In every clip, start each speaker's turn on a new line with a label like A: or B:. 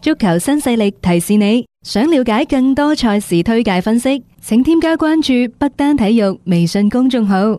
A: 足球新勢力提示你，想了解更多賽事推介分析，請添加關注北單體育微信公眾號。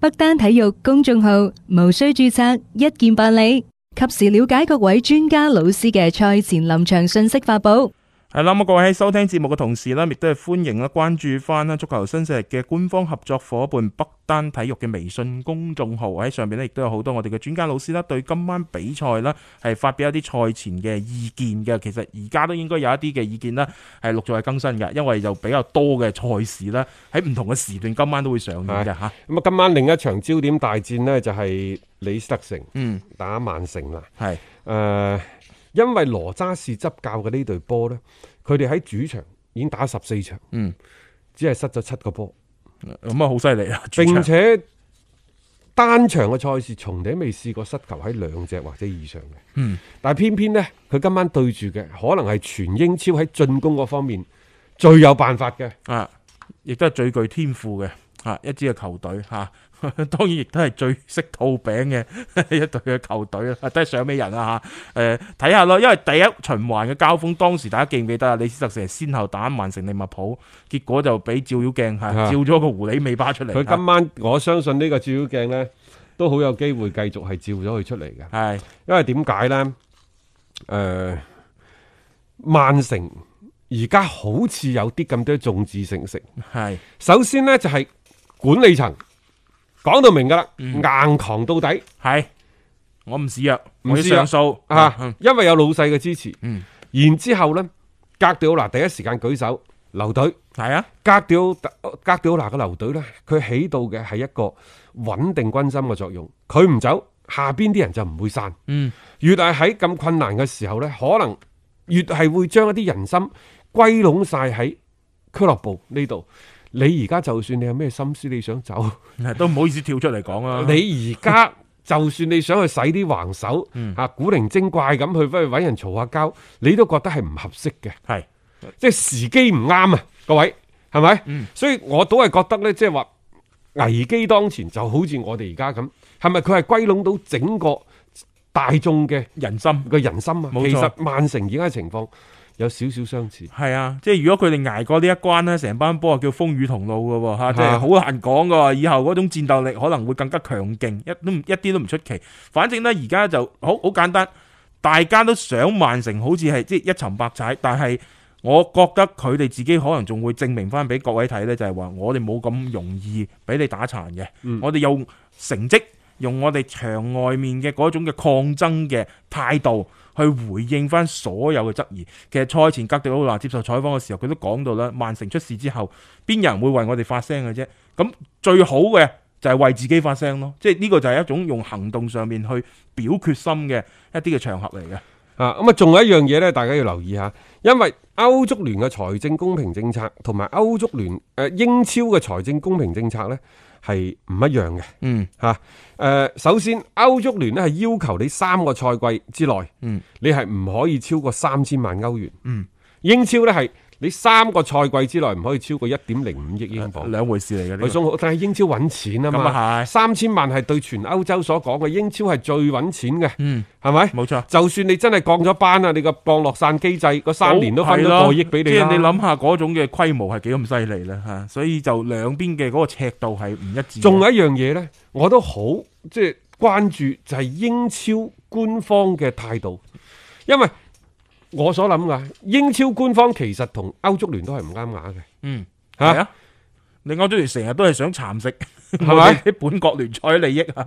A: 北單體育公眾號無需注冊，一鍵辦理，及時了解各位專家老師嘅賽前臨場信息發布。
B: 係啦，咁各位喺收聽節目嘅同時呢，亦都係歡迎啦，關注翻啦足球新勢力嘅官方合作伙伴北單體育嘅微信公眾號，喺上面呢，亦都有好多我哋嘅專家老師啦，對今晚比賽啦係發表一啲賽前嘅意見嘅。其實而家都應該有一啲嘅意見啦，係陸續係更新嘅，因為就比較多嘅賽事啦，喺唔同嘅時段今晚都會上映嘅嚇。
C: 咁啊，今晚另一場焦點大戰呢，就係李斯特城
B: 嗯，
C: 打曼城啦。
B: 係
C: 誒、因為羅渣士執教嘅呢隊波呢，佢哋喺主場已經打十四場，
B: 嗯，
C: 只係失咗七個波，
B: 咁啊，好犀利啊！主場
C: 並且單場嘅賽事從嚟都未試過失球喺兩隻或者以上嘅。
B: 嗯，
C: 但係偏偏呢，佢今晚對住嘅可能係全英超喺進攻嗰方面最有辦法嘅。
B: 啊，亦都係最具天賦嘅啊一支嘅球隊嚇、啊 當然亦都係最識套餅嘅 一隊嘅球隊啦，都係上尾人啦嚇。誒、睇下咯，因為第一循環嘅交鋒，當時大家記唔記得啊？李斯特城係先後打曼城利物浦，結果就俾照妖鏡嚇、
C: 啊
B: 照咗個狐狸尾巴出嚟。啊
C: 佢今晚我相信呢個照妖鏡呢，都好有機會繼續係照咗佢出嚟嘅。
B: 係
C: 因為點解呢？誒、曼城而家好似有啲咁多眾志成城。
B: 係
C: 首先呢，就係、管理層講到明噶啦，硬扛到底
B: 係，我唔示弱，我要
C: 示弱
B: 上訴
C: 啊！因為有老細嘅支持。
B: 嗯
C: 然之後呢，格迪奧拿第一時間舉手留隊。
B: 係啊，
C: 格迪奧格迪奧拿嘅留隊呢，佢起到嘅係一個穩定軍心嘅作用。佢唔走，下邊啲人就唔會散。
B: 嗯
C: 越係喺咁困難嘅時候呢，可能越係會將一啲人心歸攏晒喺俱樂部呢度。你而家就算你有咩心思，你想走，
B: 都唔好意思跳出嚟講啊啦。
C: 你而家就算你想去使啲橫手，
B: 嗯
C: 啊古靈精怪咁去翻去揾人嘈下交，你都覺得係唔合適嘅，
B: 係
C: 即係時機唔啱啊！各位係咪？
B: 嗯
C: 所以我都係覺得呢，即係話危機當前，就好似我哋而家咁，係咪佢係歸攏到整個大眾嘅？
B: 人心。
C: 個人心啊，
B: 冇錯
C: 其實曼城而家嘅情況有少少相似。
B: 係啊，即係如果佢哋捱過呢一關咧，成班波啊叫風雨同路噶喎嚇，即係
C: 啊
B: 好難講噶喎。以後嗰種戰鬥力可能會更加強勁，一都唔一啲都唔出奇。反正呢，而家就好好簡單，大家都想曼城好似係即係一沉百踩，但係我覺得佢哋自己可能仲會證明翻俾各位睇呢，就係話我哋冇咁容易俾你打殘嘅，
C: 嗯
B: 我哋用成績，用我哋場外面嘅嗰種嘅抗爭嘅態度。去回應翻所有嘅質疑。其實賽前格迪奧拿接受採訪嘅時候，佢都講到啦，曼城出事之後，邊有人會為我哋發聲嘅啫？咁最好嘅就係為自己發聲咯，即係呢個就係一種用行動上面去表決心嘅一啲嘅場合嚟嘅。
C: 啊，咁啊，仲有一樣嘢呢，大家要留意下，因為歐足聯嘅財政公平政策同埋歐足聯誒、呃英超嘅財政公平政策呢係唔一樣嘅
B: 嗯
C: 嚇。誒、首先歐足聯呢係要求你三個賽季之內，
B: 嗯
C: 你係唔可以超過三千萬歐元。
B: 嗯，
C: 英超呢係你三個賽季之內唔可以超過一點零五億英鎊。
B: 兩回事嚟嘅。呢個
C: 佢鬆好，但係英超揾錢啊
B: 咁啊
C: 嘛，
B: 係
C: 三千萬係對全歐洲所講嘅英超係最揾錢嘅，
B: 嗯，
C: 係咪？
B: 冇錯。
C: 就算你真係降咗班啊，你個降落傘機制嗰三年都分
B: 好係
C: 咗
B: 咯
C: 個億俾你
B: 即
C: 啦。
B: 係你諗下嗰種嘅規模係幾咁犀利啦嚇，所以就兩邊嘅嗰個尺度係唔一致嘅。
C: 仲有一樣嘢呢，我都好即係關注就係英超官方嘅態度，因為我所諗噶，英超官方其實同歐足聯都係唔啱眼嘅。
B: 嗯，系
C: 嚇
B: 啊，你歐洲聯成日都係想蠶食，系
C: 咪
B: 啲 本國聯賽利益啊？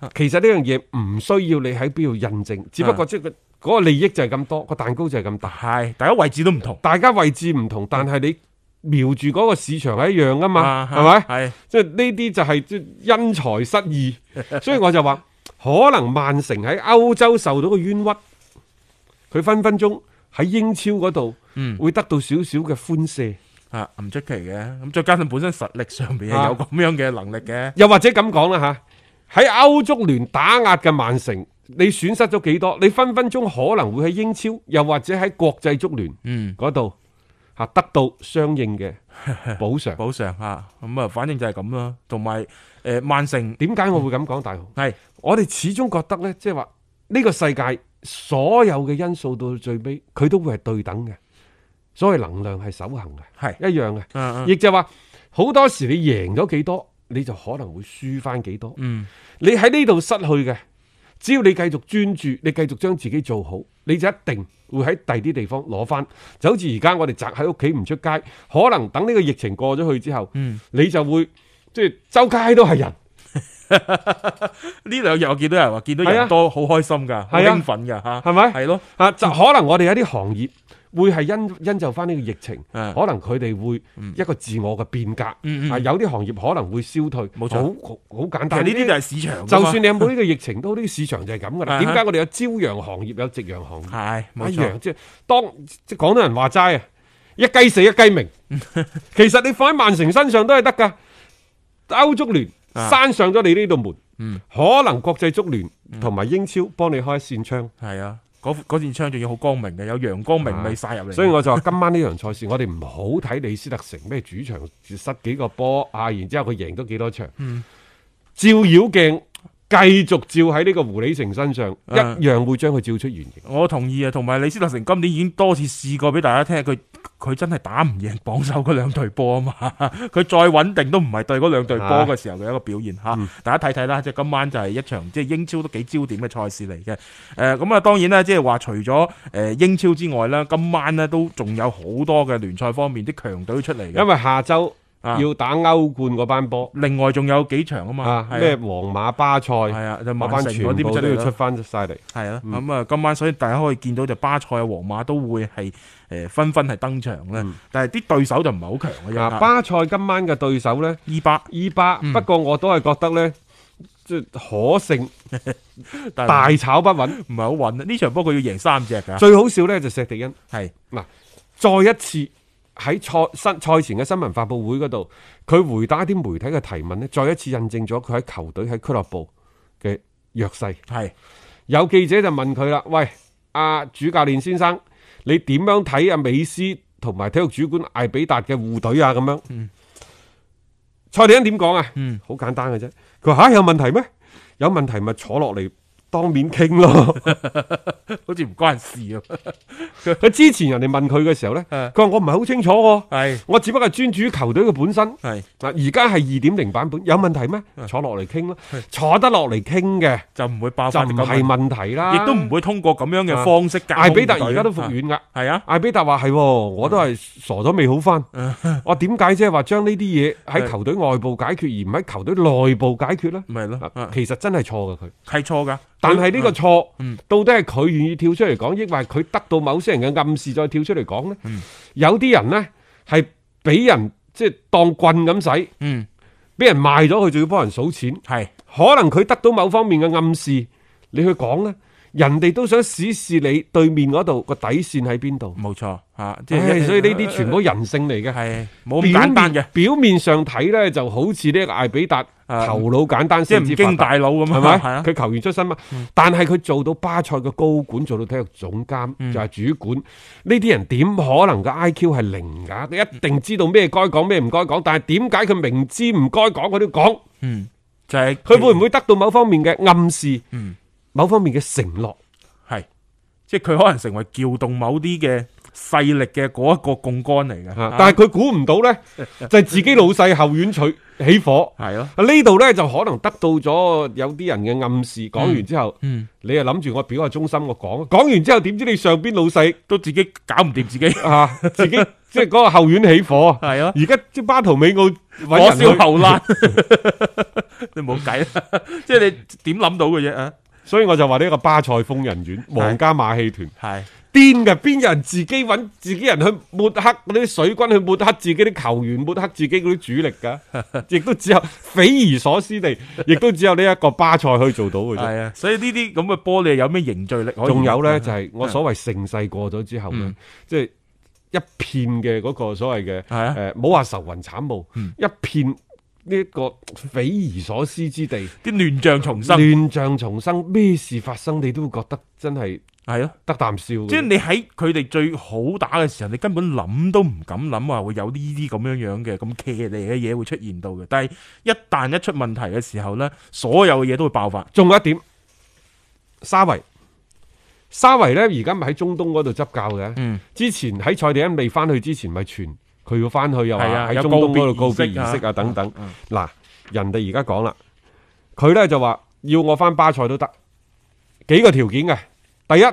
B: 啊
C: 其實呢樣嘢唔需要你喺邊度印證，只不過即係個嗰個利益就係咁多，個蛋糕就係咁大。
B: 係，大家位置都唔同
C: 大家位置唔同，但係你瞄住嗰個市場係一樣噶啊嘛，係咪、
B: 啊咪？係
C: 即係呢啲就係即係因材失意，所以我就話可能曼城喺歐洲受到個冤屈，佢分分鐘喺英超嗰度
B: 嗯
C: 會得到少少嘅寬赦，
B: 啊，唔出奇嘅。咁再加上本身實力上邊係
C: 啊
B: 有咁樣嘅能力嘅。
C: 又或者咁講啦吓，喺歐足聯打壓嘅曼城，你損失咗幾多？你分分鐘可能會喺英超，又或者喺國際足聯
B: 嗯，
C: 嗰度嚇得到相應嘅補償。
B: 補償啊，咁啊，反正就係咁啦。同埋誒，曼城
C: 點解我會咁講，大雄？
B: 係
C: 我哋始終覺得呢，即係話呢個世界所有嘅因素到最尾，佢都會係對等嘅。所謂能量係守恒嘅，
B: 係
C: 一樣嘅。
B: 嗯嗯
C: 亦就話好多時你贏咗幾多，你就可能會輸翻幾多。
B: 嗯，
C: 你喺呢度失去嘅，只要你繼續專注，你繼續將自己做好，你就一定會喺第啲地方攞翻。就好似而家我哋宅喺屋企唔出街，可能等呢個疫情過咗去之後，
B: 嗯
C: 你就會即係周街都係人。
B: 呢兩日我見到人話見到
C: 係啊
B: 人多，好開心㗎，好
C: 係啊
B: 興奮㗎吓，
C: 係咪
B: 係咯，
C: 啊，就可能我哋有啲行業會係因因就翻呢個疫情，
B: 嗯
C: 可能佢哋會一個自我嘅變革，
B: 嗯嗯
C: 啊有啲行業可能會消退，
B: 冇錯
C: 好好好簡
B: 其實
C: 單。
B: 呢啲就係啊市場㗎
C: 就
B: 嘛，
C: 算你有冇呢個疫情，都好呢個市場就係咁噶
B: 嗯
C: 啦。
B: 哼
C: 點解我哋有朝陽行業，有夕陽行業？
B: 係冇
C: 一
B: 錯
C: 樣，。即係當即係廣東人話齋啊，一雞死一雞 鳴。其實你放喺曼城身上都係得㗎。歐足聯
B: 啊
C: 閂上咗你呢度門，
B: 嗯
C: 可能國際足聯同埋英超幫你開一扇窗。
B: 系啊，嗰嗰扇窗仲要好光明嘅，有陽光明
C: 啊
B: 媚晒入嚟。
C: 所以我就話今晚呢場賽事，我哋唔好睇李斯特城咩主場失幾個波啊，然之後佢贏咗幾多場，
B: 嗯
C: 照妖鏡繼續照喺呢個狐狸城身上，
B: 啊
C: 一樣會將佢照出原形。
B: 我同意啊，同埋李斯特城今年已經多次試過俾大家聽，佢佢真係打唔贏榜首嗰兩隊波啊嘛， 佢再穩定都唔係對嗰兩隊波嘅時候嘅一個表現吓。大家睇睇啦，即係今晚就係一場即係英超都幾焦點嘅賽事嚟嘅。誒咁啊，當然啦，即係話除咗誒英超之外啦，今晚呢啊都仲有好多嘅聯賽方面啲強隊出嚟
C: 因
B: 嘅。
C: 為下
B: 嗯
C: 周
B: 啊
C: 要打歐冠嗰班波。
B: 另外仲有幾場啊嘛
C: 啊，，
B: 係啊
C: 咩皇馬、巴塞，
B: 係啊，就
C: 嗰
B: 曼
C: 班
B: 城
C: 全
B: 嗰啲咪
C: 部
B: 出
C: 都
B: 嚟
C: 要
B: 啦
C: 出翻晒嚟。
B: 系啦，咁啊、今晚所以大家可以見到就巴塞、啊、皇馬都會係诶纷纷係登場咧，但係啲對手就唔係嗯好強嘅
C: 嗯啊，
B: 啫。
C: 巴塞今晚嘅對手呢，
B: 伊巴
C: 伊巴，不過我都係覺得呢，即係可勝
B: 但係
C: 大炒不穩，
B: 唔係好穩啊！呢場波佢要贏三隻㗎，
C: 最好笑呢，就石迪恩。
B: 係
C: 嗱，再一次喺賽新賽前嘅新聞發佈會嗰度，佢回答一啲媒體嘅提問呢，再一次印證咗佢喺球隊喺俱樂部嘅弱勢。
B: 係
C: 有記者就問佢啦：，喂，阿、主教練先生，你點樣睇阿美斯同埋體育主管艾比達嘅互隊啊？咁樣，蔡利恩點講啊？
B: 嗯，
C: 好簡單嘅啫。佢話吓啊有問題咩？有問題咪坐落嚟當面傾咯。
B: 好似唔關事啊。
C: 佢之前人哋問佢嘅時候呢，
B: 誒
C: 佢話我唔係好清楚喎、
B: 係
C: 我只不過係專注於球隊嘅本身。
B: 係
C: 嗱，而家係二點零版本，有問題咩？
B: 啊
C: 坐落嚟傾咯，坐得落嚟傾嘅
B: 就唔會爆
C: 就
B: 發
C: 唔
B: 啲咁
C: 係
B: 嘅，
C: 問題啦。
B: 亦都唔會通過咁樣嘅方式教。
C: 艾比達而家都復原㗎。
B: 係啊，
C: 艾比達話係喎，我都係傻咗未好翻。
B: 啊
C: 我點解即係話將呢啲嘢喺球隊外部解決，而唔喺球隊內部解決呢？
B: 咪係咯，
C: 啊
B: 啊
C: 其實真係錯嘅佢，
B: 係錯㗎。
C: 但係呢個錯
B: 嗯
C: 到底係佢願意跳出嚟講，抑或係佢得到某些人嘅暗示再跳出嚟講呢？
B: 嗯
C: 有啲人呢係俾人即係當棍咁使，
B: 嗯
C: 俾人賣咗佢，仲要幫人數錢。
B: 係
C: 可能佢得到某方面嘅暗示，你去講呢，人哋都想試試你對面嗰度個底線喺邊度。
B: 冇錯嚇，即
C: 唉
B: 係
C: 所以呢啲全部人性嚟嘅。
B: 係冇咁簡單嘅，
C: 表面上睇咧就好似呢個艾比達
B: 啊
C: 頭腦簡單，
B: 即係
C: 四肢
B: 唔
C: 發
B: 經
C: 達
B: 大腦咁
C: 係
B: 啊，
C: 咪？
B: 係啊，嗯
C: 佢球員出身嘛，但係佢做到巴塞嘅高管，做到體育總監，
B: 嗯
C: 就係主管。呢啲人點可能個 I Q 係零㗎？佢一定知道咩該講，咩唔該講。但係點解佢明知唔該講，佢都講？
B: 嗯，就係
C: 佢會唔會得到某方面嘅暗示？
B: 嗯
C: 某方面嘅承諾？
B: 系，即系佢可能成為撬動某啲嘅勢力嘅嗰一個杠杆嚟嘅。
C: 啊但係佢估唔 到呢，就係自己老細後院取起火。
B: 係咯，
C: 啊呢度呢，就可能得到咗有啲人嘅暗示，講完之後，
B: 嗯，
C: 你又諗住我表下忠心，我講，講完之後點知你上邊老細
B: 都自己搞唔掂自己，系
C: 啊，自己 即係嗰個後院起
B: 咯，
C: 火，而家即係巴圖美奧
B: 火
C: 揾人
B: 燒
C: 去，
B: 後欄， 你冇計啦， 即係你點諗到嘅啫啊？
C: 所以我就話呢個巴塞瘋人院、皇家馬戲團
B: 係
C: 癲嘅，邊有人自己揾自己人去抹黑嗰啲水軍，去抹黑自己啲球員，抹黑自己嗰啲主力 㗎，亦都只有匪夷所思地，亦都只有呢一個巴塞可以做到嘅啫。
B: 係啊，所以呢啲咁嘅波你有咩凝聚力可以？嗯
C: 仲有呢，就係我所謂盛世過咗之後呢，即係一片嘅嗰個所謂嘅
B: 係啊
C: 誒，冇話愁雲慘霧，
B: 嗯
C: 一片呢一個匪夷所思之地，
B: 啲亂象重生，
C: 亂象重生，咩事發生你都會覺得真係
B: 係咯。
C: 得啖笑嘅。
B: 即係你喺佢哋最好打嘅時候，你根本諗都唔敢諗話會有呢啲咁樣樣嘅咁騎呢嘅嘢會出現到嘅。但係一旦一出問題嘅時候呢，所有嘅嘢都會爆發。
C: 仲有一點，沙維沙維呢，而家咪喺中東嗰度執教嘅。
B: 嗯，
C: 之前喺塞地恩未翻去之前，咪傳佢要翻去又話
B: 係啊
C: 喺
B: 有
C: 中東
B: 告別
C: 嗰度告別
B: 儀式啊
C: 儀式啊等等
B: 嗯。
C: 嗱、人哋而家講啦，佢呢就話要我翻巴塞都得，幾個條件嘅。第一，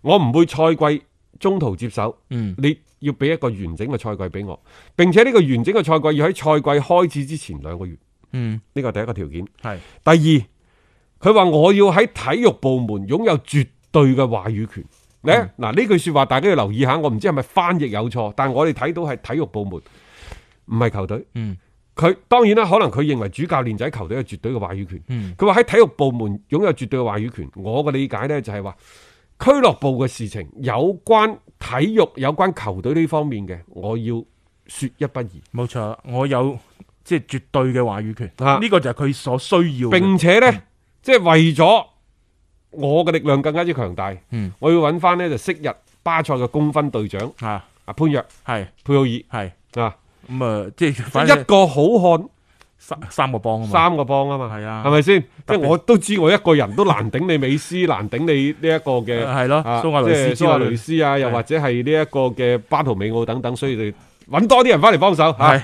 C: 我唔會賽季中途接手，
B: 嗯，
C: 你要俾一個完整嘅賽季俾我，並且呢個完整嘅賽季要喺賽季開始之前兩個月，
B: 嗯，
C: 呢個第一個條件。
B: 係，
C: 第二，佢話我要喺體育部門擁有絕對嘅話語權。咧嗱呢句説話大家要留意下，我唔知係咪翻譯有錯，但我哋睇到係體育部門，唔係球隊。
B: 嗯，
C: 佢當然啦，可能佢認為主教練就喺球隊有絕對嘅話語權。
B: 嗯，
C: 佢話喺體育部門擁有絕對嘅話語權。我嘅理解呢，就係話，俱樂部嘅事情有關體育、有關球隊呢方面嘅，我要説一不二。
B: 冇錯，我有即係絕對嘅話語權，
C: 啊
B: 呢個就係佢所需要嘅。
C: 並且呢，即係為咗我嘅力量更加之強大，
B: 嗯
C: 我要揾翻呢就昔日巴塞嘅功勳隊長
B: 嚇，
C: 阿潘若
B: 啊係
C: 佩
B: 係
C: 奧爾啊，
B: 咁啊，即係反正
C: 一個好漢
B: 三三個幫啊嘛，
C: 三個幫啊嘛，
B: 係啊
C: 係咪先？即
B: 特
C: 係
B: 別
C: 我都知我一個人都難頂你美斯，難頂你呢一個 嘅
B: 係咯，
C: 啊
B: 蘇亞
C: 即
B: 雷
C: 係
B: 斯之
C: 蘇亞雷
B: 類，
C: 斯啊，又
B: 係
C: 或者係呢一個嘅巴圖美奧等等，所以你揾多啲人翻嚟幫手嚇。
B: 係。